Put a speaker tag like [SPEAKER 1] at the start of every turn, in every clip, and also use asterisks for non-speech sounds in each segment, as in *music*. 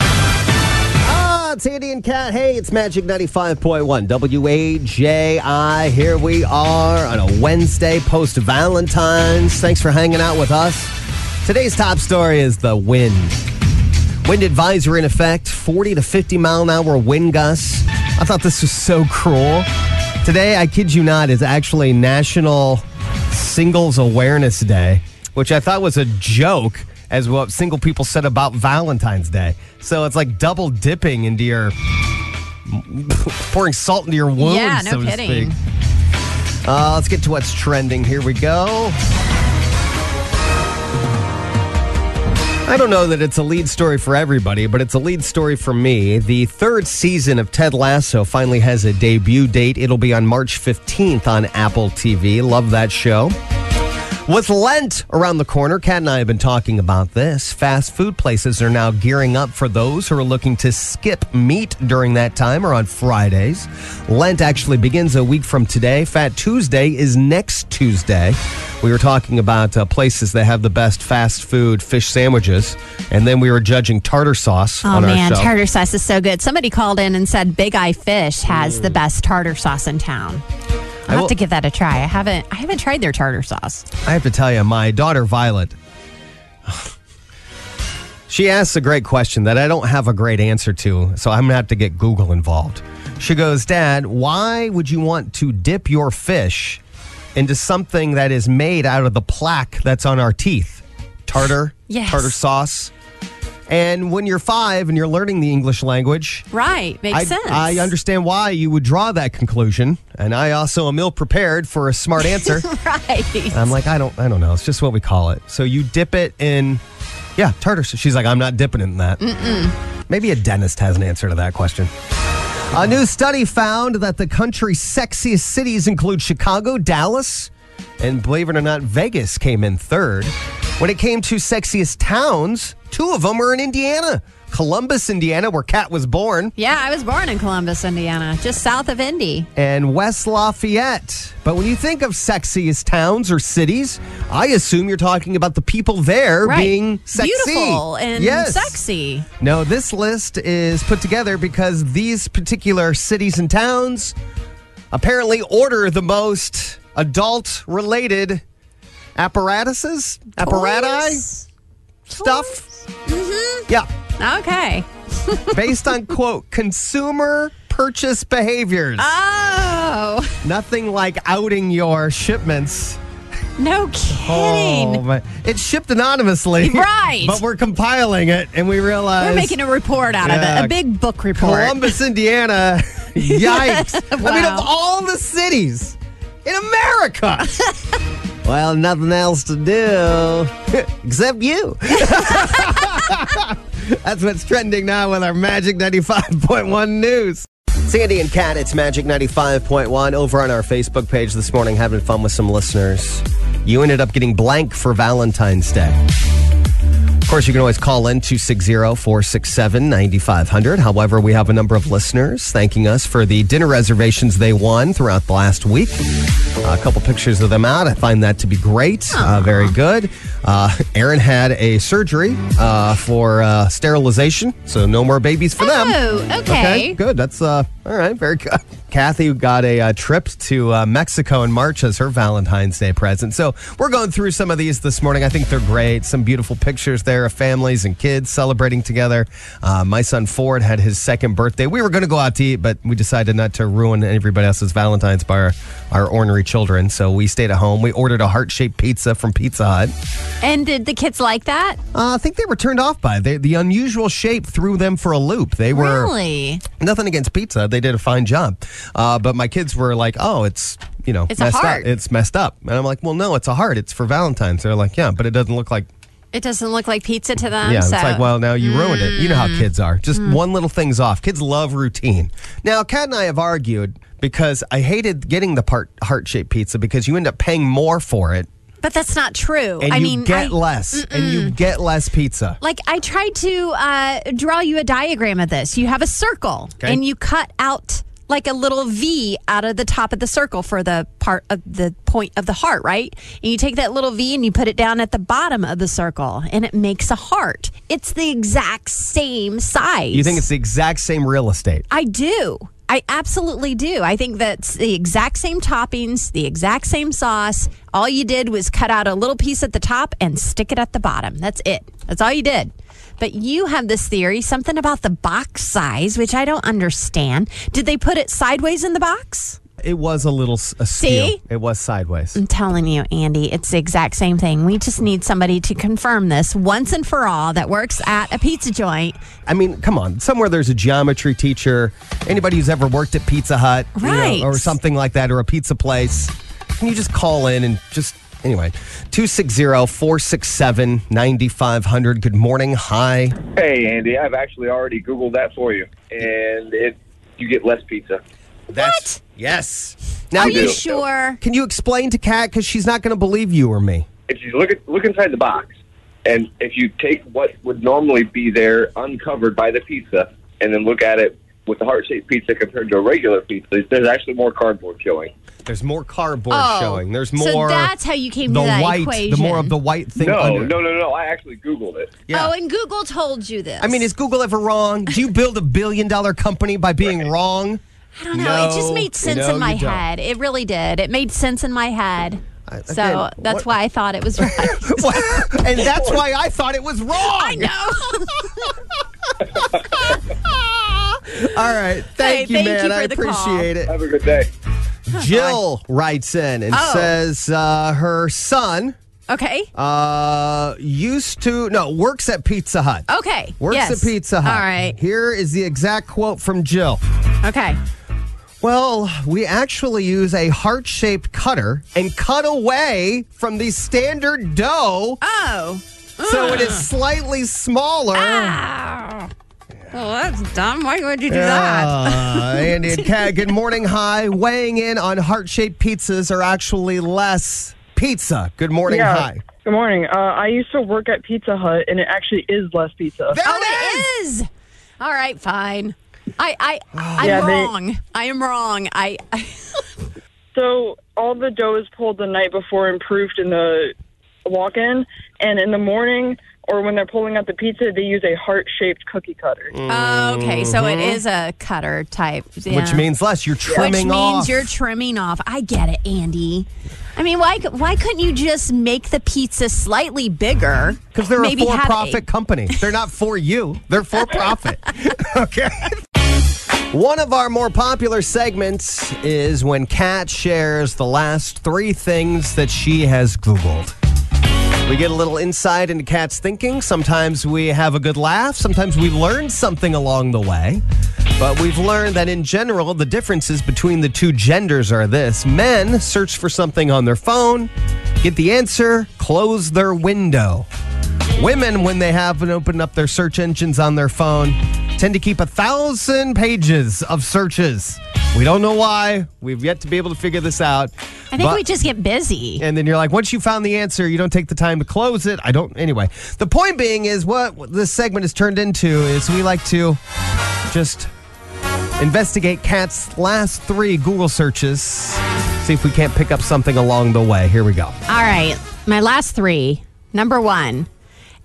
[SPEAKER 1] up? Ah, It's Andy and Cat. Hey, it's Magic 95.1 WAJI. Here we are on a Wednesday post Valentine's. Thanks for hanging out with us. Today's top story is the wind. Wind advisory in effect 40 to 50 mile an hour wind gusts. I thought this was so cruel. Today, I kid you not, is actually National Singles Awareness Day, which I thought was a joke as what single people said about Valentine's Day. So it's like double dipping into your pouring salt into your wounds,
[SPEAKER 2] Yeah, no
[SPEAKER 1] so to
[SPEAKER 2] kidding.
[SPEAKER 1] speak. Uh, let's get to what's trending. Here we go. I don't know that it's a lead story for everybody, but it's a lead story for me. The third season of Ted Lasso finally has a debut date. It'll be on March 15th on Apple TV. Love that show. With Lent around the corner, Kat and I have been talking about this. Fast food places are now gearing up for those who are looking to skip meat during that time or on Fridays. Lent actually begins a week from today. Fat Tuesday is next Tuesday. We were talking about uh, places that have the best fast food fish sandwiches, and then we were judging tartar sauce
[SPEAKER 2] Oh
[SPEAKER 1] on
[SPEAKER 2] man,
[SPEAKER 1] our show.
[SPEAKER 2] tartar sauce is so good. Somebody called in and said Big Eye Fish has the best tartar sauce in town.
[SPEAKER 1] Mm. I
[SPEAKER 2] I'll
[SPEAKER 1] will-
[SPEAKER 2] have to give that a try. I haven't I haven't tried their tartar sauce.
[SPEAKER 1] I have to tell you, my daughter Violet, *sighs* she asks a great question that I don't have a great answer to, so I'm gonna have to get Google involved. She goes, Dad, why would you want to dip your fish into something that is made out of the plaque that's on our teeth? Tartar,
[SPEAKER 2] *laughs* Yes.
[SPEAKER 1] tartar sauce. And when you're five and you're learning the English language,
[SPEAKER 2] Right, makes
[SPEAKER 1] I,
[SPEAKER 2] sense.
[SPEAKER 1] I
[SPEAKER 2] *laughs*
[SPEAKER 1] understand why you would draw that conclusion, and I also am ill prepared for a smart
[SPEAKER 2] *laughs*
[SPEAKER 1] answer.
[SPEAKER 2] Right.
[SPEAKER 1] And I'm like, I don't, I don't know. It's just what we call it. So you dip it in, yeah, tartar. sauce. She's like, I'm not dipping it in that. Maybe a dentist has an answer to that question. A new study found that the country's sexiest cities include Chicago, Dallas, and believe it or not, Vegas came in third. When it came to sexiest towns, two of them were in Indiana. Columbus, Indiana, where Kat was born,
[SPEAKER 2] Yeah, I was born in Columbus, Indiana, just south of Indy.
[SPEAKER 1] and West Lafayette. But when you think of sexiest towns or cities, I assume you're talking about the people there
[SPEAKER 2] Right.
[SPEAKER 1] being sexy.
[SPEAKER 2] Beautiful and
[SPEAKER 1] Yes.
[SPEAKER 2] sexy.
[SPEAKER 1] No, this list is put together because these particular cities and towns apparently order the most adult related apparatuses, apparati
[SPEAKER 2] Toys. Mm-hmm.
[SPEAKER 1] stuff. Yeah,
[SPEAKER 2] Okay.
[SPEAKER 1] based on quote consumer purchase behaviors.
[SPEAKER 2] Uh. Oh,
[SPEAKER 1] Nothing like outing your shipments.
[SPEAKER 2] no
[SPEAKER 1] Oh,
[SPEAKER 2] kidding.
[SPEAKER 1] man. It's shipped anonymously.
[SPEAKER 2] *laughs* Right.
[SPEAKER 1] But we're compiling it and we realize
[SPEAKER 2] We're making a report out of
[SPEAKER 1] Yeah.
[SPEAKER 2] it, a big book report.
[SPEAKER 1] Columbus,
[SPEAKER 2] *laughs*
[SPEAKER 1] Indiana. Yikes. I mean,
[SPEAKER 2] Wow.
[SPEAKER 1] of all the cities in
[SPEAKER 2] *laughs*
[SPEAKER 1] America. well, nothing else to do *laughs* except you. *laughs* That's what's trending now with our Magic 95.1 news. Sandy and Kat, it's Magic 95.1 over on our Facebook page this morning, having fun with some listeners. You ended up getting blank for Valentine's Day. Of course, you can always call in 260 467 9500. However, we have a number of listeners thanking us for the dinner reservations they won throughout the last week. Uh, a couple pictures of them out. I find that to be great. Uh, very good. Uh, Aaron had a surgery uh, for uh, sterilization, so no more babies for them.
[SPEAKER 2] Oh, okay.
[SPEAKER 1] Good. That's uh, all right. Very good. *laughs* Kathy got a uh, trip to uh, Mexico in March as her Valentine's Day present. So we're going through some of these this morning. I think they're great. Some beautiful pictures there of families and kids celebrating together. Uh, my son Ford had his second birthday. We were going to go out to eat, but we decided not to ruin everybody else's Valentine's by our, our ornery children. So we stayed at home. We ordered a heart shaped pizza from Pizza Hut.
[SPEAKER 2] And did the kids like that?
[SPEAKER 1] Uh, I think they were turned off by it. They, the unusual shape threw them for a loop. They were.
[SPEAKER 2] Really?
[SPEAKER 1] Nothing against pizza. They did a fine job. Uh, but my kids were like, oh, it's, you know,
[SPEAKER 2] It's a
[SPEAKER 1] messed up.
[SPEAKER 2] heart.
[SPEAKER 1] It's messed up. And I'm like, well, no, it's a heart. It's for Valentine's. They're like, yeah, but it doesn't look like,
[SPEAKER 2] It doesn't look like pizza to them.
[SPEAKER 1] yeah.
[SPEAKER 2] so.
[SPEAKER 1] It's like, well, now you ruined it. You know
[SPEAKER 2] Mm.
[SPEAKER 1] how kids are. Just one little thing's off. Kids love routine. Now, Kat and I have argued because I hated getting the part heart shaped pizza because you end up paying more for it
[SPEAKER 2] but that's not true.
[SPEAKER 1] and
[SPEAKER 2] I
[SPEAKER 1] you
[SPEAKER 2] mean,
[SPEAKER 1] get
[SPEAKER 2] I-
[SPEAKER 1] less and you get less pizza.
[SPEAKER 2] like I tried to uh, draw you a diagram of this. You have a circle,
[SPEAKER 1] Okay.
[SPEAKER 2] and you cut out. like a little V out of the top of the circle for the part of the point of the heart, right? And you take that little V and you put it down at the bottom of the circle and it makes a heart. It's the exact same size.
[SPEAKER 1] You think it's the exact same real estate?
[SPEAKER 2] I do. I absolutely do. I think that's the exact same toppings, the exact same sauce. All you did was cut out a little piece at the top and stick it at the bottom. That's it. That's all you did. But you have this theory, something about the box size, which I don't understand. Did they put it sideways in the box?
[SPEAKER 1] It was a little s- askew.
[SPEAKER 2] See?
[SPEAKER 1] It was sideways.
[SPEAKER 2] I'm telling you, Andy, it's the exact same thing. We just need somebody to confirm this once and for all that works at a pizza joint.
[SPEAKER 1] I mean, come on. Somewhere there's a geometry teacher. Anybody who's ever worked at Pizza Hut you know,
[SPEAKER 2] Right.
[SPEAKER 1] or something like that or a pizza place, can you just call in and just, anyway, 260 467 9500. Good morning. Hi.
[SPEAKER 3] Hey, Andy, I've actually already Googled that for you, and it you get less pizza.
[SPEAKER 1] That's, Yes. Now,
[SPEAKER 2] Are
[SPEAKER 1] can
[SPEAKER 2] you
[SPEAKER 1] you,
[SPEAKER 2] sure?
[SPEAKER 1] can you explain to Kat? Because she's not going to believe you or me.
[SPEAKER 3] If you look at, look inside the box, and if you take what would normally be there uncovered by the pizza, and then look at it with the heart shaped pizza compared to a regular pizza, there's actually more cardboard showing.
[SPEAKER 1] There's more cardboard
[SPEAKER 2] Oh,
[SPEAKER 1] showing. There's
[SPEAKER 2] so
[SPEAKER 1] more.
[SPEAKER 2] that's how you came to
[SPEAKER 1] the
[SPEAKER 2] that
[SPEAKER 1] white,
[SPEAKER 2] equation.
[SPEAKER 1] The more of the white thing.
[SPEAKER 3] No,
[SPEAKER 1] under.
[SPEAKER 3] no, no, no. I actually Googled it.
[SPEAKER 1] Yeah.
[SPEAKER 2] Oh, and Google told you this.
[SPEAKER 1] I mean, is Google ever wrong? Do you build a billion dollar company by being wrong?
[SPEAKER 2] I don't know. it just
[SPEAKER 1] No,
[SPEAKER 2] made sense
[SPEAKER 1] no,
[SPEAKER 2] in my
[SPEAKER 1] you don't.
[SPEAKER 2] head. It really did. It made sense in my head. so
[SPEAKER 1] again, what-
[SPEAKER 2] that's why I thought it was
[SPEAKER 1] *laughs*
[SPEAKER 2] right.
[SPEAKER 1] *laughs* What? and that's why I thought it was wrong.
[SPEAKER 2] I know.
[SPEAKER 1] All right. Thank
[SPEAKER 2] Hey,
[SPEAKER 1] you,
[SPEAKER 2] thank
[SPEAKER 1] man.
[SPEAKER 2] you for
[SPEAKER 1] I
[SPEAKER 2] the call.
[SPEAKER 1] appreciate
[SPEAKER 2] *laughs*
[SPEAKER 1] it.
[SPEAKER 3] Have a good day.
[SPEAKER 1] Jill writes in and
[SPEAKER 2] Oh.
[SPEAKER 1] says uh, her son
[SPEAKER 2] okay.
[SPEAKER 1] uh, used to, no, works at Pizza Hut.
[SPEAKER 2] Okay.
[SPEAKER 1] Works
[SPEAKER 2] Oh, yes.
[SPEAKER 1] at Pizza Hut.
[SPEAKER 2] All right.
[SPEAKER 1] Here is the exact quote from Jill.
[SPEAKER 2] Okay.
[SPEAKER 1] Well, we actually use a heart shaped cutter and cut away from the standard dough
[SPEAKER 2] Oh.
[SPEAKER 1] so it
[SPEAKER 2] *laughs*
[SPEAKER 1] is slightly smaller.
[SPEAKER 2] Ah, Ow. Well, that's dumb. Why would you do that?
[SPEAKER 1] Uh, Andy
[SPEAKER 2] *laughs*
[SPEAKER 1] and Kat, good morning. Hi. Weighing in on heart shaped pizzas are actually less pizza. Good morning.
[SPEAKER 4] Yeah.
[SPEAKER 1] Hi.
[SPEAKER 4] Good morning. Uh, I used to work at Pizza Hut, and it actually is less pizza.
[SPEAKER 1] There
[SPEAKER 2] Oh, it is. All right. Fine. I I I'm
[SPEAKER 4] Yeah, they-
[SPEAKER 2] wrong. I am wrong. I, I
[SPEAKER 4] so all the dough is pulled the night before and proofed in the walk-in, and in the morning or when they're pulling out the pizza, they use a heart-shaped cookie cutter.
[SPEAKER 2] Mm. okay. So it is a cutter type.
[SPEAKER 1] Mm-hmm. Which
[SPEAKER 2] yeah.
[SPEAKER 1] means less. You're trimming
[SPEAKER 2] Which means
[SPEAKER 1] off.
[SPEAKER 2] you're trimming off. I get it, Andy. I mean, why c- why couldn't you just make the pizza slightly bigger?
[SPEAKER 1] Because they're
[SPEAKER 2] Maybe
[SPEAKER 1] a
[SPEAKER 2] have
[SPEAKER 1] for profit company. They're not for you, they're
[SPEAKER 2] *laughs*
[SPEAKER 1] for profit. *laughs* okay. One of our more popular segments is when Kat shares the last three things that she has Googled. We get a little insight into Kat's thinking. Sometimes we have a good laugh. Sometimes we learn something along the way. But we've learned that in general, the differences between the two genders are this men search for something on their phone, get the answer, close their window. Women, when they have and open up their search engines on their phone, tend to keep a thousand pages of searches. We don't know why. We've yet to be able to figure this out.
[SPEAKER 2] I think
[SPEAKER 1] But-
[SPEAKER 2] we just get busy.
[SPEAKER 1] and then you're like, once you found the answer, you don't take the time to close it. I don't. Anyway, the point being is what this segment has turned into is we like to just investigate Kat's last three Google searches, see if we can't pick up something along the way. Here we go.
[SPEAKER 2] All right, my last three. Number one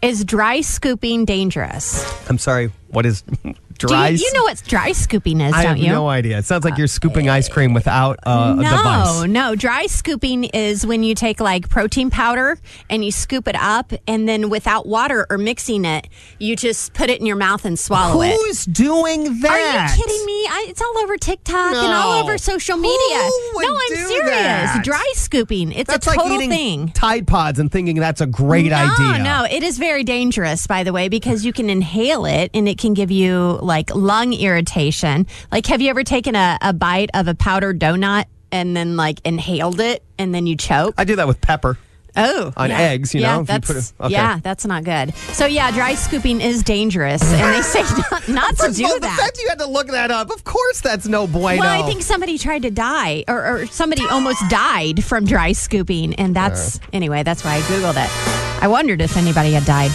[SPEAKER 2] is dry scooping dangerous?
[SPEAKER 1] I'm sorry. What is *laughs*
[SPEAKER 2] Do
[SPEAKER 1] dry?
[SPEAKER 2] you, you know what dry scooping is,
[SPEAKER 1] I have
[SPEAKER 2] don't you?
[SPEAKER 1] no uh, idea. It sounds like you're scooping ice cream without uh, a
[SPEAKER 2] No,
[SPEAKER 1] device.
[SPEAKER 2] no. Dry scooping is when you take like protein powder and you scoop it up, and then without water or mixing it, you just put it in your mouth and swallow it.
[SPEAKER 1] Who's doing
[SPEAKER 2] Are
[SPEAKER 1] that?
[SPEAKER 2] you kidding me? I, it's all over TikTok and
[SPEAKER 1] No.
[SPEAKER 2] all over social media.
[SPEAKER 1] Who would
[SPEAKER 2] no, I'm
[SPEAKER 1] do
[SPEAKER 2] serious.
[SPEAKER 1] that?
[SPEAKER 2] Dry scooping. It's
[SPEAKER 1] That's
[SPEAKER 2] a
[SPEAKER 1] like
[SPEAKER 2] total
[SPEAKER 1] eating
[SPEAKER 2] thing.
[SPEAKER 1] Tide Pods and thinking that's a great
[SPEAKER 2] no,
[SPEAKER 1] idea.
[SPEAKER 2] no, it is very dangerous, by the way, because you can inhale it and it can give you like lung irritation. Like, have you ever taken a, a bite of a powdered donut and then like inhaled it and then you choke?
[SPEAKER 1] I do that with pepper.
[SPEAKER 2] Oh,
[SPEAKER 1] on eggs, you
[SPEAKER 2] yeah,
[SPEAKER 1] know, if you
[SPEAKER 2] That's,
[SPEAKER 1] put a- okay.
[SPEAKER 2] Yeah, that's not good. So yeah, dry scooping is dangerous, and they say *laughs* not, not to
[SPEAKER 1] First
[SPEAKER 2] do
[SPEAKER 1] of all,
[SPEAKER 2] that.
[SPEAKER 1] The fact you had to look that up, of course, that's no bueno.
[SPEAKER 2] Well, I think somebody tried to die, or, or somebody almost died from dry scooping, and that's anyway. That's why I googled it. I wondered if anybody had died.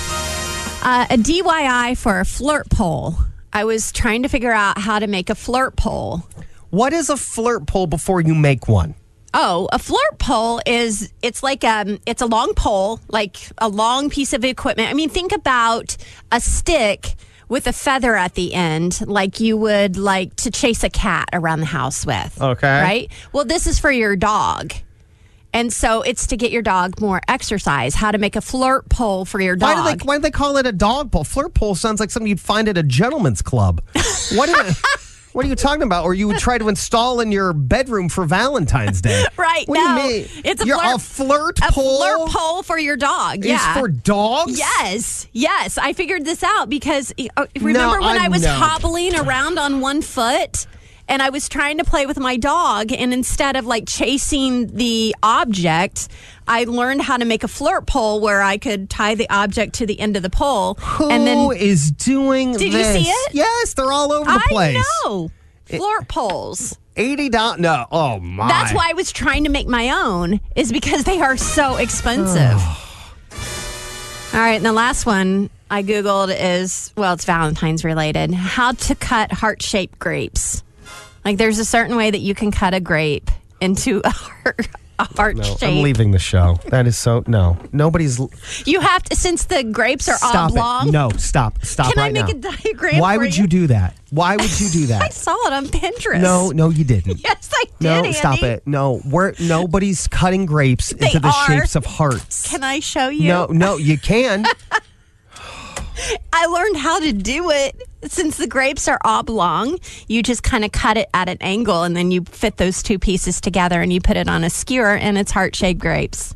[SPEAKER 2] Uh, a DIY for a flirt pole. I was trying to figure out how to make a flirt pole.
[SPEAKER 1] What is a flirt pole before you make one?
[SPEAKER 2] Oh, a flirt pole is it's like um it's a long pole, like a long piece of equipment. I mean, think about a stick with a feather at the end, like you would like to chase a cat around the house with.
[SPEAKER 1] Okay.
[SPEAKER 2] Right? Well, this is for your dog. And so it's to get your dog more exercise, how to make a flirt pole for your
[SPEAKER 1] Why
[SPEAKER 2] dog.
[SPEAKER 1] do they why do they call it a dog pole? Flirt pole sounds like something you'd find at a gentleman's club. What
[SPEAKER 2] *laughs*
[SPEAKER 1] are, what are you talking about? Or you would try to install in your bedroom for Valentine's Day.
[SPEAKER 2] *laughs* Right,
[SPEAKER 1] What
[SPEAKER 2] no.
[SPEAKER 1] do you mean?
[SPEAKER 2] It's a
[SPEAKER 1] You're
[SPEAKER 2] flirt-
[SPEAKER 1] a flirt
[SPEAKER 2] a
[SPEAKER 1] pole.
[SPEAKER 2] flirt pole for your dog.
[SPEAKER 1] is
[SPEAKER 2] yeah.
[SPEAKER 1] for dogs?
[SPEAKER 2] Yes, yes. I figured this out because uh, remember when
[SPEAKER 1] I
[SPEAKER 2] I was
[SPEAKER 1] know.
[SPEAKER 2] hobbling around on one foot and I was trying to play with my dog, and instead of like chasing the object, I learned how to make a flirt pole where I could tie the object to the end of the pole.
[SPEAKER 1] Who
[SPEAKER 2] and then
[SPEAKER 1] is doing
[SPEAKER 2] Did you
[SPEAKER 1] this?
[SPEAKER 2] see it?
[SPEAKER 1] Yes, they're all over the place.
[SPEAKER 2] I know flirt poles.
[SPEAKER 1] Eighty dollars. No, oh my.
[SPEAKER 2] That's why I was trying to make my own, is because they
[SPEAKER 1] *sighs*
[SPEAKER 2] are so expensive. All right, and the last one I Googled is well, it's Valentine's related. How to cut heart shaped grapes. Like, there's a certain way that you can cut a grape into a heart, a heart
[SPEAKER 1] No,
[SPEAKER 2] shape.
[SPEAKER 1] I'm leaving the show. That is so no. Nobody's l-
[SPEAKER 2] You have to, since the grapes are
[SPEAKER 1] stop
[SPEAKER 2] oblong.
[SPEAKER 1] it. No, stop, stop
[SPEAKER 2] Can I
[SPEAKER 1] right
[SPEAKER 2] make
[SPEAKER 1] now.
[SPEAKER 2] a diagram
[SPEAKER 1] Why
[SPEAKER 2] for
[SPEAKER 1] would
[SPEAKER 2] you?
[SPEAKER 1] you do that? Why would you
[SPEAKER 2] *laughs*
[SPEAKER 1] do
[SPEAKER 2] I
[SPEAKER 1] that?
[SPEAKER 2] saw it on Pinterest.
[SPEAKER 1] no, no, you
[SPEAKER 2] *laughs*
[SPEAKER 1] didn't.
[SPEAKER 2] Yes, I did.
[SPEAKER 1] No,
[SPEAKER 2] Andy.
[SPEAKER 1] stop it. No, we're nobody's cutting grapes
[SPEAKER 2] They
[SPEAKER 1] into the
[SPEAKER 2] are.
[SPEAKER 1] shapes of hearts.
[SPEAKER 2] Can I show you?
[SPEAKER 1] no, no, you
[SPEAKER 2] *laughs*
[SPEAKER 1] can.
[SPEAKER 2] I learned how to do it. Since the grapes are oblong, you just kind of cut it at an angle and then you fit those two pieces together and you put it on a skewer and it's heart shaped grapes.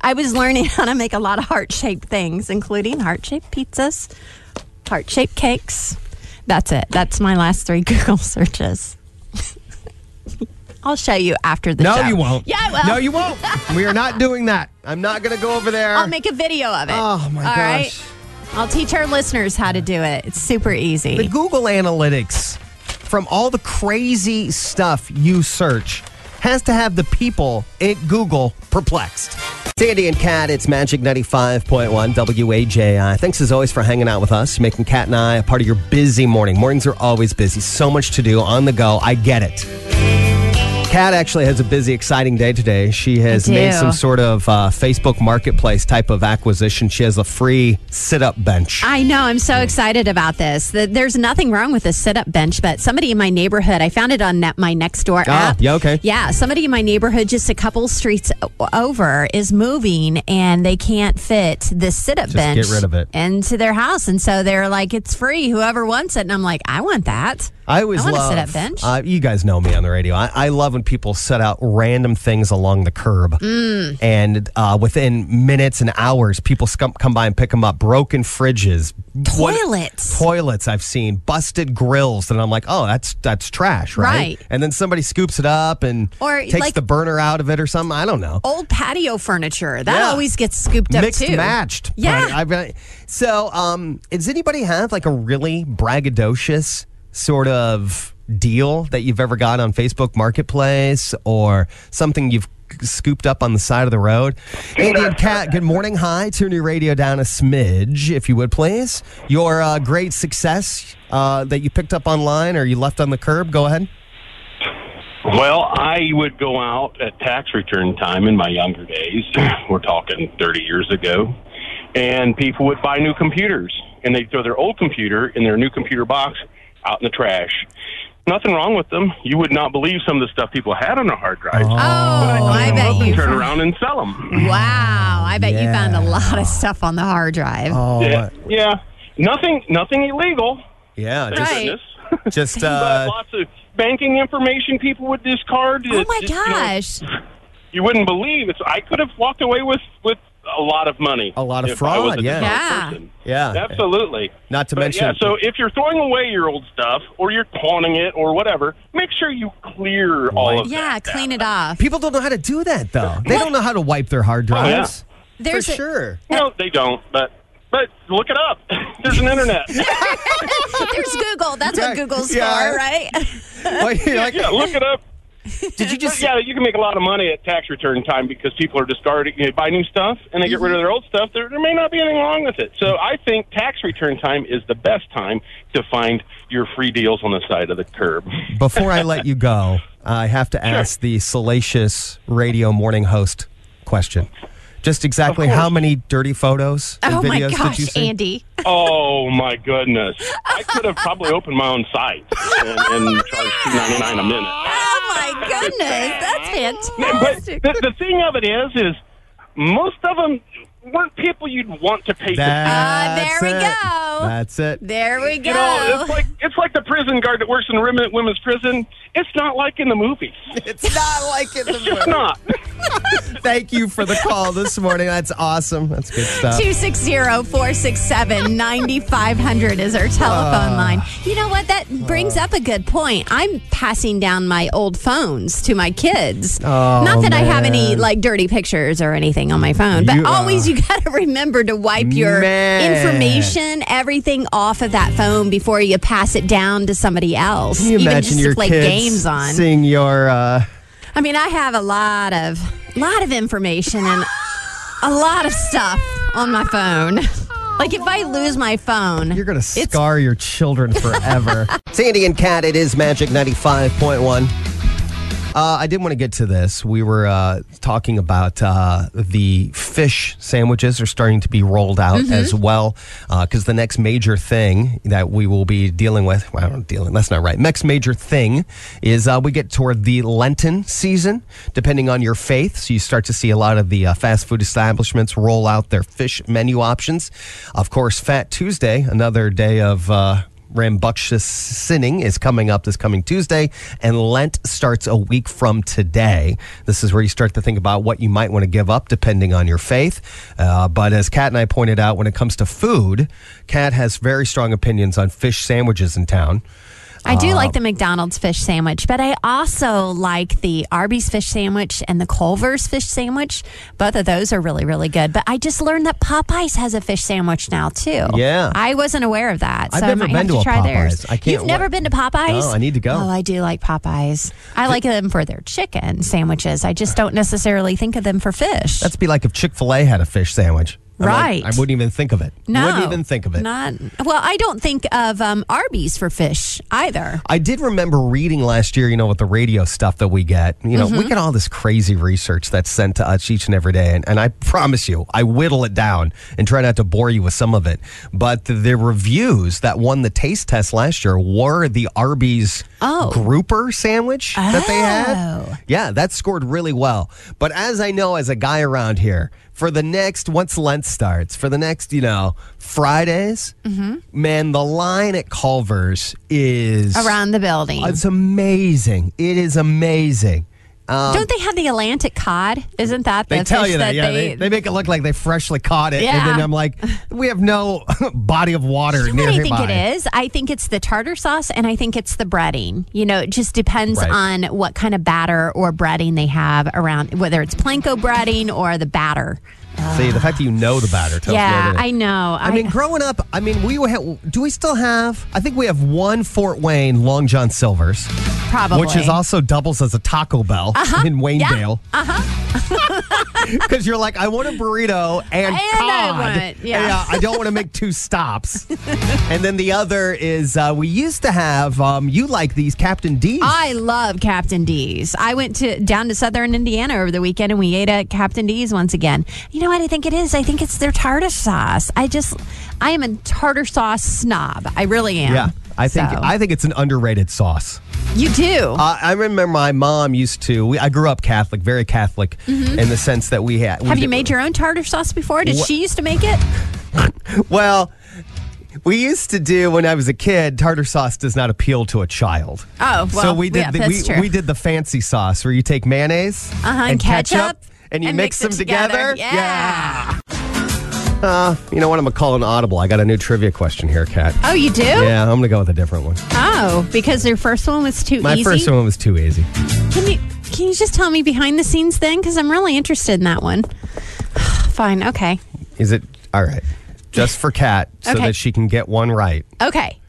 [SPEAKER 2] I was learning *laughs* how to make a lot of heart shaped things, including heart shaped pizzas, heart shaped cakes. That's it. That's my last three *laughs* Google searches. I'll show you after the
[SPEAKER 1] No,
[SPEAKER 2] show.
[SPEAKER 1] you won't.
[SPEAKER 2] Yeah, I will.
[SPEAKER 1] No, you won't. we are not doing that. I'm not going to go over there.
[SPEAKER 2] I'll make a video of it.
[SPEAKER 1] Oh, my
[SPEAKER 2] All right?
[SPEAKER 1] gosh.
[SPEAKER 2] I'll teach our listeners how to do it. It's super easy.
[SPEAKER 1] The Google Analytics, from all the crazy stuff you search, has to have the people at Google perplexed. Sandy and Kat, it's Magic 95.1 WAJI. Thanks as always for hanging out with us, making Kat and I a part of your busy morning. Mornings are always busy, so much to do on the go. I get it. Kat actually has a busy, exciting day today. She has
[SPEAKER 2] I do.
[SPEAKER 1] made some sort of uh, Facebook marketplace type of acquisition. She has a free sit up bench.
[SPEAKER 2] I know. I'm so excited about this. Th- There's nothing wrong with a sit up bench, but somebody in my neighborhood, I found it on net, my next door
[SPEAKER 1] Ah,
[SPEAKER 2] app.
[SPEAKER 1] yeah, okay.
[SPEAKER 2] Yeah, somebody in my neighborhood, just a couple streets o- over, is moving and they can't fit this sit up bench
[SPEAKER 1] get rid of it.
[SPEAKER 2] into their house. And so they're like, it's free, whoever wants it. And I'm like, I want that.
[SPEAKER 1] I always
[SPEAKER 2] I want
[SPEAKER 1] love
[SPEAKER 2] a sit up bench.
[SPEAKER 1] Uh, you guys know me on the radio. I, I love when people set out random things along the curb,
[SPEAKER 2] Mm.
[SPEAKER 1] and uh, within minutes and hours, people scum- come by and pick them up. Broken fridges, what-
[SPEAKER 2] Toilets.
[SPEAKER 1] toilets. I've seen busted grills, and I'm like, oh, that's that's trash, right?
[SPEAKER 2] Right.
[SPEAKER 1] And then somebody scoops it up and
[SPEAKER 2] Or,
[SPEAKER 1] takes
[SPEAKER 2] like-
[SPEAKER 1] the burner out of it or something. I don't know.
[SPEAKER 2] Old patio furniture. That
[SPEAKER 1] Yeah.
[SPEAKER 2] always gets scooped up
[SPEAKER 1] Mixed
[SPEAKER 2] too.
[SPEAKER 1] matched.
[SPEAKER 2] Yeah.
[SPEAKER 1] But I've got- so, um, does anybody have like a really braggadocious sort of deal that you've ever got on Facebook Marketplace or something you've scooped up on the side of the road? Andy and Kat, good morning. Hi. Turn your radio down a smidge, if you would, please. Your uh, great success uh, that you picked up online or you left on the curb. Go ahead.
[SPEAKER 5] Well, I would go out at tax return time in my younger days. *sighs* We're talking 30 years ago. And people would buy new computers. And they'd throw their old computer in their new computer box out in the trash. Nothing wrong with them. You would not believe some of the stuff people had on their hard drives.
[SPEAKER 2] Oh, I bet you.
[SPEAKER 5] Turn around and sell them.
[SPEAKER 2] Wow, I bet you
[SPEAKER 1] Yeah.
[SPEAKER 2] found a lot of stuff on the hard drive.
[SPEAKER 1] Oh,
[SPEAKER 5] Yeah, yeah. Nothing, nothing illegal.
[SPEAKER 1] yeah.
[SPEAKER 5] Thank
[SPEAKER 1] Just,
[SPEAKER 2] Right.
[SPEAKER 5] goodness. *laughs*
[SPEAKER 1] just
[SPEAKER 5] but
[SPEAKER 1] uh,
[SPEAKER 5] lots of banking information people would discard.
[SPEAKER 2] Oh
[SPEAKER 5] It's
[SPEAKER 2] my
[SPEAKER 5] just, you know,
[SPEAKER 2] gosh.
[SPEAKER 5] you wouldn't believe it's I could have walked away with with a lot of money.
[SPEAKER 1] A lot of
[SPEAKER 5] if I was
[SPEAKER 1] fraud,
[SPEAKER 5] a
[SPEAKER 1] yeah.
[SPEAKER 5] dishonest
[SPEAKER 2] Yeah.
[SPEAKER 5] person.
[SPEAKER 1] Yeah.
[SPEAKER 5] Absolutely.
[SPEAKER 1] Not to
[SPEAKER 5] But
[SPEAKER 1] mention-
[SPEAKER 5] Yeah, so if you're throwing away your old stuff or you're pawning it or whatever, make sure you clear all of
[SPEAKER 2] Yeah,
[SPEAKER 5] that.
[SPEAKER 2] clean it off.
[SPEAKER 1] People don't know how to do that though. They don't know how to wipe their hard drives.
[SPEAKER 2] There's
[SPEAKER 1] For
[SPEAKER 2] a-
[SPEAKER 1] sure.
[SPEAKER 5] No, they don't, but but look it up. *laughs* There's an internet.
[SPEAKER 2] *laughs* There's Google. That's
[SPEAKER 1] Yeah,
[SPEAKER 2] what Google's
[SPEAKER 1] yeah.
[SPEAKER 2] for, right?
[SPEAKER 1] Well, you're like,
[SPEAKER 5] yeah, look it up.
[SPEAKER 1] Did you just?
[SPEAKER 5] *laughs* yeah, you can make a lot of money at tax return time because people are discarding, they buy new stuff and they get rid of their old stuff. There, there may not be anything wrong with it. So I think tax return time is the best time to find your free deals on the side of the curb.
[SPEAKER 1] Before I let you go, I have to ask the salacious radio morning host question. Just exactly how many dirty photos and
[SPEAKER 2] *laughs* Oh my
[SPEAKER 1] videos did you
[SPEAKER 2] gosh,
[SPEAKER 1] see?
[SPEAKER 2] Andy.
[SPEAKER 5] Oh my goodness! I could have probably opened my own site and, and charged two ninety nine a minute.
[SPEAKER 2] Oh my goodness. That's
[SPEAKER 5] But
[SPEAKER 2] fantastic.
[SPEAKER 5] the, the thing of it is, is most of them weren't people you'd want to take. the
[SPEAKER 1] That's
[SPEAKER 2] Ah, there we
[SPEAKER 1] it.
[SPEAKER 2] go.
[SPEAKER 1] That's it.
[SPEAKER 2] There we go.
[SPEAKER 5] you know, it's like it's like the prison guard that works in women- women's prison. It's not like in the movies.
[SPEAKER 1] *laughs* It's not like
[SPEAKER 2] *laughs*
[SPEAKER 1] in the
[SPEAKER 5] It's not.
[SPEAKER 1] Thank you for the call this morning. That's awesome. That's good stuff.
[SPEAKER 2] 260-467-9500 is our telephone
[SPEAKER 1] Ah.
[SPEAKER 2] line. You know what? That brings up a good point. I'm passing down my old phones to my kids. Not that I have any
[SPEAKER 1] Oh, man.
[SPEAKER 2] like dirty pictures or anything on my phone, but
[SPEAKER 1] You- uh,
[SPEAKER 2] always you got to remember to wipe your
[SPEAKER 1] Man.
[SPEAKER 2] information, everything off of that phone before you pass it down to somebody else.
[SPEAKER 1] Can you
[SPEAKER 2] even
[SPEAKER 1] imagine
[SPEAKER 2] just
[SPEAKER 1] your
[SPEAKER 2] to play
[SPEAKER 1] kids
[SPEAKER 2] games on.
[SPEAKER 1] seeing your uh,
[SPEAKER 2] I mean, I have a lot of lot of information and a lot of stuff on my phone. Like if I lose my phone,
[SPEAKER 1] You're going to
[SPEAKER 2] it's-
[SPEAKER 1] scar your children forever. *laughs* Sandy and Cat, it is Magic 95.1. Uh, I did want to get to this. We were uh, talking about uh, the fish sandwiches are starting to be rolled out as well, because the next major thing that we will be dealing with, well, not dealing, that's not right. Next major thing is uh, we get toward the Lenten season, depending on your faith. So you start to see a lot of the uh, fast food establishments roll out their fish menu options. Of course, Fat Tuesday, another day of. Uh, rambunctious sinning is coming up this coming Tuesday, and Lent starts a week from today. This is where you start to think about what you might want to give up depending on your faith. Uh, but as Kat and I pointed out, when it comes to food, Kat has very strong opinions on fish sandwiches in town.
[SPEAKER 2] I do
[SPEAKER 1] Uh,
[SPEAKER 2] like the McDonald's fish sandwich, but I also like the Arby's fish sandwich and the Culver's fish sandwich. Both of those are really, really good. But I just learned that Popeyes has a fish sandwich now too.
[SPEAKER 1] Yeah.
[SPEAKER 2] I wasn't aware of that.
[SPEAKER 1] I've
[SPEAKER 2] so
[SPEAKER 1] never
[SPEAKER 2] I might
[SPEAKER 1] been
[SPEAKER 2] have
[SPEAKER 1] to a
[SPEAKER 2] try
[SPEAKER 1] Popeyes.
[SPEAKER 2] theirs.
[SPEAKER 1] I can't
[SPEAKER 2] You've never
[SPEAKER 1] wa-
[SPEAKER 2] been to Popeyes?
[SPEAKER 1] No, I need to go.
[SPEAKER 2] Oh, I do like Popeyes. I like them for their chicken sandwiches. I just don't necessarily think of them for fish.
[SPEAKER 1] That's be like if Chick fil A had a fish sandwich. I'm like,
[SPEAKER 2] Right.
[SPEAKER 1] I wouldn't even think of it.
[SPEAKER 2] no,
[SPEAKER 1] Wouldn't even think of it.
[SPEAKER 2] Not well. I don't think of um, Arby's for fish either.
[SPEAKER 1] I did remember reading last year, you know, with the radio stuff that we get, you know,
[SPEAKER 2] Mm-hmm.
[SPEAKER 1] we get all this crazy research that's sent to us each and every day. And, and I promise you, I whittle it down and try not to bore you with some of it. But the, the reviews that won the taste test last year were the Arby's
[SPEAKER 2] Oh.
[SPEAKER 1] grouper sandwich that they
[SPEAKER 2] Oh.
[SPEAKER 1] had. Yeah, that scored really well. But as I know, as a guy around here, for the next, once Lent starts, for the next, you know, Fridays,
[SPEAKER 2] Mm-hmm.
[SPEAKER 1] man, the line at Culver's is
[SPEAKER 2] Around the building,
[SPEAKER 1] it's amazing. It is amazing. Um,
[SPEAKER 2] Don't they have the Atlantic cod? Isn't that the
[SPEAKER 1] they tell
[SPEAKER 2] fish
[SPEAKER 1] you that, yeah. They, they make it look like they freshly caught it, and then
[SPEAKER 2] Yeah.
[SPEAKER 1] I'm like, we have no *laughs* body of water
[SPEAKER 2] you know what I think
[SPEAKER 1] nearby.
[SPEAKER 2] it is? I think it's the tartar sauce and I think it's the breading. You know, it just depends
[SPEAKER 1] Right.
[SPEAKER 2] on what kind of batter or breading they have around, whether it's planko breading or the batter.
[SPEAKER 1] See, the fact that you know the batter tells me
[SPEAKER 2] yeah,
[SPEAKER 1] everything.
[SPEAKER 2] I know.
[SPEAKER 1] I mean, growing up, I mean, we had, do we still have? I think we have one Fort Wayne Long John Silver's,
[SPEAKER 2] probably.
[SPEAKER 1] which is also doubles as a Taco Bell
[SPEAKER 2] Uh-huh.
[SPEAKER 1] in Wayndale. Uh huh. *laughs* Because you're like, I want a burrito and,
[SPEAKER 2] And I
[SPEAKER 1] cod.
[SPEAKER 2] want- yeah.
[SPEAKER 1] I don't want to make two
[SPEAKER 2] *laughs*
[SPEAKER 1] stops. and then the other is uh, we used to have. Um, you like these Captain D's?
[SPEAKER 2] I love Captain D's. I went to down to Southern Indiana over the weekend and we ate at Captain D's once again. You know what I think it is? I think it's their tartar sauce. I just, I am a tartar sauce snob. I really am.
[SPEAKER 1] yeah, I think
[SPEAKER 2] So-
[SPEAKER 1] I think it's an underrated sauce.
[SPEAKER 2] you do.
[SPEAKER 1] Uh, I remember my mom used to. We, I grew up Catholic, very Catholic, in the sense that we had. we
[SPEAKER 2] Mm-hmm. Have you
[SPEAKER 1] did-
[SPEAKER 2] made your own tartar sauce before? Did
[SPEAKER 1] Wha-
[SPEAKER 2] she used to make it?
[SPEAKER 1] Well, we used to do when I was a kid. Tartar sauce does not appeal to a child.
[SPEAKER 2] Oh, well,
[SPEAKER 1] so we did
[SPEAKER 2] yeah,
[SPEAKER 1] the,
[SPEAKER 2] that's
[SPEAKER 1] we,
[SPEAKER 2] true.
[SPEAKER 1] we did the fancy sauce where you take mayonnaise
[SPEAKER 2] Uh-huh, and ketchup,
[SPEAKER 1] and you
[SPEAKER 2] and
[SPEAKER 1] mix,
[SPEAKER 2] mix
[SPEAKER 1] them
[SPEAKER 2] it
[SPEAKER 1] together.
[SPEAKER 2] together. Yeah.
[SPEAKER 1] Uh, you know what? I'm gonna call an audible. I got a new trivia question here, Kat.
[SPEAKER 2] Oh, you do?
[SPEAKER 1] Yeah, I'm gonna go with a different one.
[SPEAKER 2] Oh, because your first one was too
[SPEAKER 1] My
[SPEAKER 2] easy.
[SPEAKER 1] first one was too easy.
[SPEAKER 2] Can you can you just tell me behind the scenes then? Because I'm really interested in that one. *sighs* Fine. Okay.
[SPEAKER 1] Is it all right? Just for Kat, so
[SPEAKER 2] Okay.
[SPEAKER 1] that she can get one right.
[SPEAKER 2] Okay.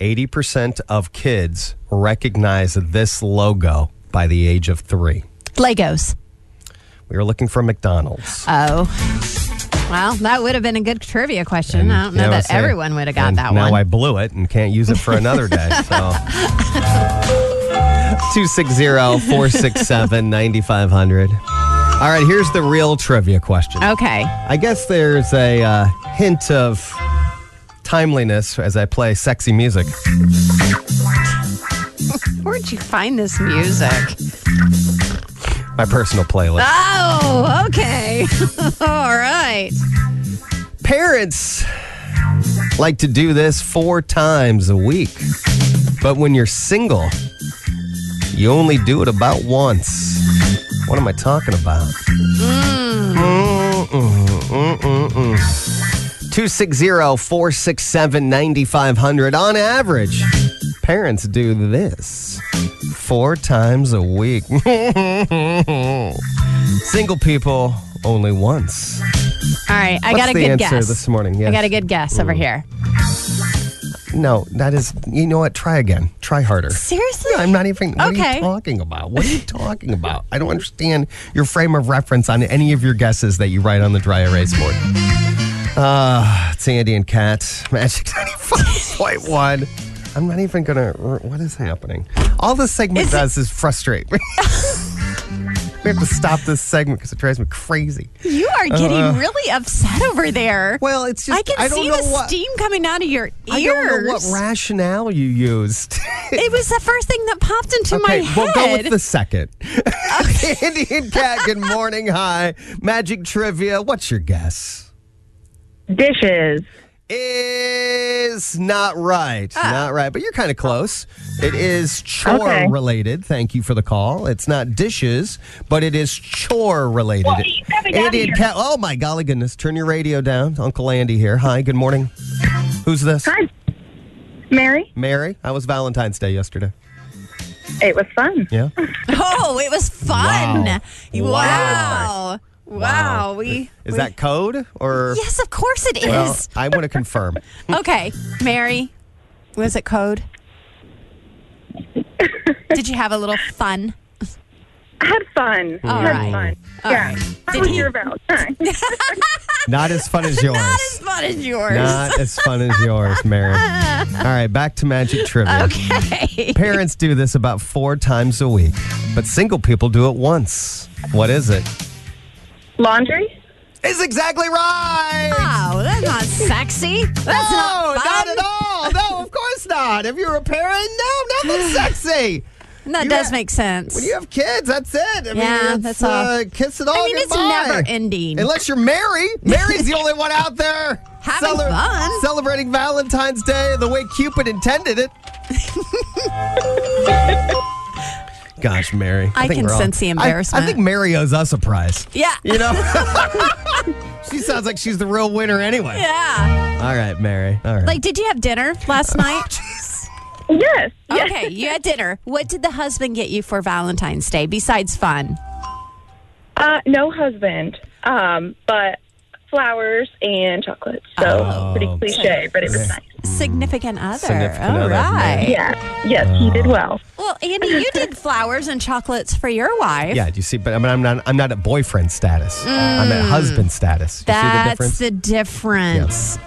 [SPEAKER 1] 80% of kids recognize this logo by the age of three.
[SPEAKER 2] Legos.
[SPEAKER 1] We were looking for McDonald's.
[SPEAKER 2] Oh. Well, that would have been a good trivia question. I don't know
[SPEAKER 1] Yeah, I
[SPEAKER 2] that
[SPEAKER 1] say-
[SPEAKER 2] everyone would have got
[SPEAKER 1] and
[SPEAKER 2] that
[SPEAKER 1] now
[SPEAKER 2] one.
[SPEAKER 1] I blew it and can't use it for another day.
[SPEAKER 2] *laughs*
[SPEAKER 1] So. 260-467-9500. All right, here's the real trivia question.
[SPEAKER 2] okay.
[SPEAKER 1] I guess there's a uh, hint of timeliness as I play sexy music.
[SPEAKER 2] Where'd you find this music?
[SPEAKER 1] My personal playlist.
[SPEAKER 2] Oh, okay. *laughs* All right.
[SPEAKER 1] Parents like to do this four times a week. But when you're single, you only do it about once. What am I talking about? 260 467 9500. On average, parents do this four times a week. *laughs* Single people only once.
[SPEAKER 2] All right. I
[SPEAKER 1] What's
[SPEAKER 2] got a
[SPEAKER 1] the
[SPEAKER 2] good
[SPEAKER 1] answer
[SPEAKER 2] guess.
[SPEAKER 1] this morning?
[SPEAKER 2] I
[SPEAKER 1] Yes. Mm.
[SPEAKER 2] got a good guess over here.
[SPEAKER 1] No, that is, you know what? Try again. Try harder.
[SPEAKER 2] Seriously?
[SPEAKER 1] I'm not even. What are
[SPEAKER 2] Okay.
[SPEAKER 1] you talking about? What are you talking about? I don't understand your frame of reference on any of your guesses that you write on the dry erase board. Uh, it's Andy and Cat, Magic 95.1. I'm not even gonna. What is happening? All this segment
[SPEAKER 2] Is it-
[SPEAKER 1] does is frustrate me. we have to stop this segment because it drives me crazy.
[SPEAKER 2] You are getting really upset over there.
[SPEAKER 1] Uh-huh. Well, it's just
[SPEAKER 2] I can
[SPEAKER 1] don't
[SPEAKER 2] see
[SPEAKER 1] know
[SPEAKER 2] the
[SPEAKER 1] what,
[SPEAKER 2] steam coming out of your ears.
[SPEAKER 1] I don't know what rationale you used.
[SPEAKER 2] it was the first thing that popped into my head.
[SPEAKER 1] We'll go with the second. *laughs* Andy and Cat, good morning. Hi. Magic trivia. What's your guess?
[SPEAKER 4] Dishes.
[SPEAKER 1] Is not right. Not right, but you're kind of close. It is chore
[SPEAKER 4] Ah. Okay.
[SPEAKER 1] related. Thank you for the call. It's not dishes, but it is chore related.
[SPEAKER 4] Well, you gotta get out of
[SPEAKER 1] Andy and
[SPEAKER 4] here.
[SPEAKER 1] Cat. Oh my golly goodness. Turn your radio down. Uncle Andy here. Hi, good morning. Who's this?
[SPEAKER 4] Hi. Mary,
[SPEAKER 1] Mary. How was Valentine's Day yesterday?
[SPEAKER 4] it was fun.
[SPEAKER 1] Yeah.
[SPEAKER 2] Oh, it was fun.
[SPEAKER 1] Wow.
[SPEAKER 2] Wow. Wow.
[SPEAKER 1] Wow.
[SPEAKER 2] We
[SPEAKER 1] Is
[SPEAKER 2] we-
[SPEAKER 1] that code or
[SPEAKER 2] Yes, of course it is.
[SPEAKER 1] Well, I want to
[SPEAKER 2] *laughs*
[SPEAKER 1] confirm.
[SPEAKER 2] Okay, Mary, was it code? Did you have a little fun?
[SPEAKER 4] I had fun.
[SPEAKER 2] All
[SPEAKER 4] had
[SPEAKER 2] right.
[SPEAKER 4] fun.
[SPEAKER 2] All
[SPEAKER 4] yeah.
[SPEAKER 2] right.
[SPEAKER 4] What
[SPEAKER 2] Did
[SPEAKER 4] was
[SPEAKER 2] he-
[SPEAKER 4] your Valentine?
[SPEAKER 1] *laughs* Not as fun as yours.
[SPEAKER 2] Not as fun as yours.
[SPEAKER 1] Not as fun as yours,
[SPEAKER 2] *laughs*
[SPEAKER 1] Mary. All right, back to magic trivia.
[SPEAKER 2] Okay.
[SPEAKER 1] Parents do this about four times a week, but single people do it once. What is it?
[SPEAKER 4] Laundry?
[SPEAKER 1] It's exactly right.
[SPEAKER 2] Wow, Oh, that's
[SPEAKER 1] *laughs*
[SPEAKER 2] not sexy. Ah, That's
[SPEAKER 1] no,
[SPEAKER 2] not fun.
[SPEAKER 1] not at all. No, of course not. If you're a parent, no,
[SPEAKER 2] *gasps*
[SPEAKER 1] nothing sexy.
[SPEAKER 2] That
[SPEAKER 1] You
[SPEAKER 2] does
[SPEAKER 1] ha-
[SPEAKER 2] make sense.
[SPEAKER 1] When you have kids, that's it. I mean,
[SPEAKER 2] Yeah,
[SPEAKER 1] it's,
[SPEAKER 2] that's all.
[SPEAKER 1] Uh, kiss it all.
[SPEAKER 2] I mean, it's
[SPEAKER 1] goodbye.
[SPEAKER 2] never ending.
[SPEAKER 1] Unless you're
[SPEAKER 2] *laughs*
[SPEAKER 1] Mary. Mary's the only one out there
[SPEAKER 2] Having fun.
[SPEAKER 1] celebrating Valentine's Day the way Cupid intended
[SPEAKER 2] *laughs*
[SPEAKER 1] it. Gosh, Mary.
[SPEAKER 2] I
[SPEAKER 1] think
[SPEAKER 2] can
[SPEAKER 1] we're all-
[SPEAKER 2] sense the
[SPEAKER 1] I-
[SPEAKER 2] embarrassment.
[SPEAKER 1] I, think Mary owes us a prize.
[SPEAKER 2] Yeah.
[SPEAKER 1] *laughs* You
[SPEAKER 2] *laughs*
[SPEAKER 1] know? she sounds like she's the real winner anyway.
[SPEAKER 2] yeah.
[SPEAKER 1] All right, Mary. All right.
[SPEAKER 2] Like, did you have dinner
[SPEAKER 1] Oh,
[SPEAKER 2] last night?
[SPEAKER 4] Yes. yes.
[SPEAKER 2] okay, you had dinner. What did the husband get you for Valentine's Day besides fun?
[SPEAKER 4] Uh, no husband, um, but flowers and chocolate. So
[SPEAKER 2] Oh,
[SPEAKER 4] pretty cliche, but it was nice.
[SPEAKER 2] Significant other.
[SPEAKER 1] Significant
[SPEAKER 2] All
[SPEAKER 1] other,
[SPEAKER 2] right.
[SPEAKER 4] Yeah. Yes, he did well.
[SPEAKER 2] Well, Andy, you did flowers and chocolates for your wife.
[SPEAKER 1] Yeah, do you see? But I mean, I'm not. I'm not at boyfriend status. I'm at husband status. You see the
[SPEAKER 2] Mm. That's
[SPEAKER 1] difference?
[SPEAKER 2] the difference.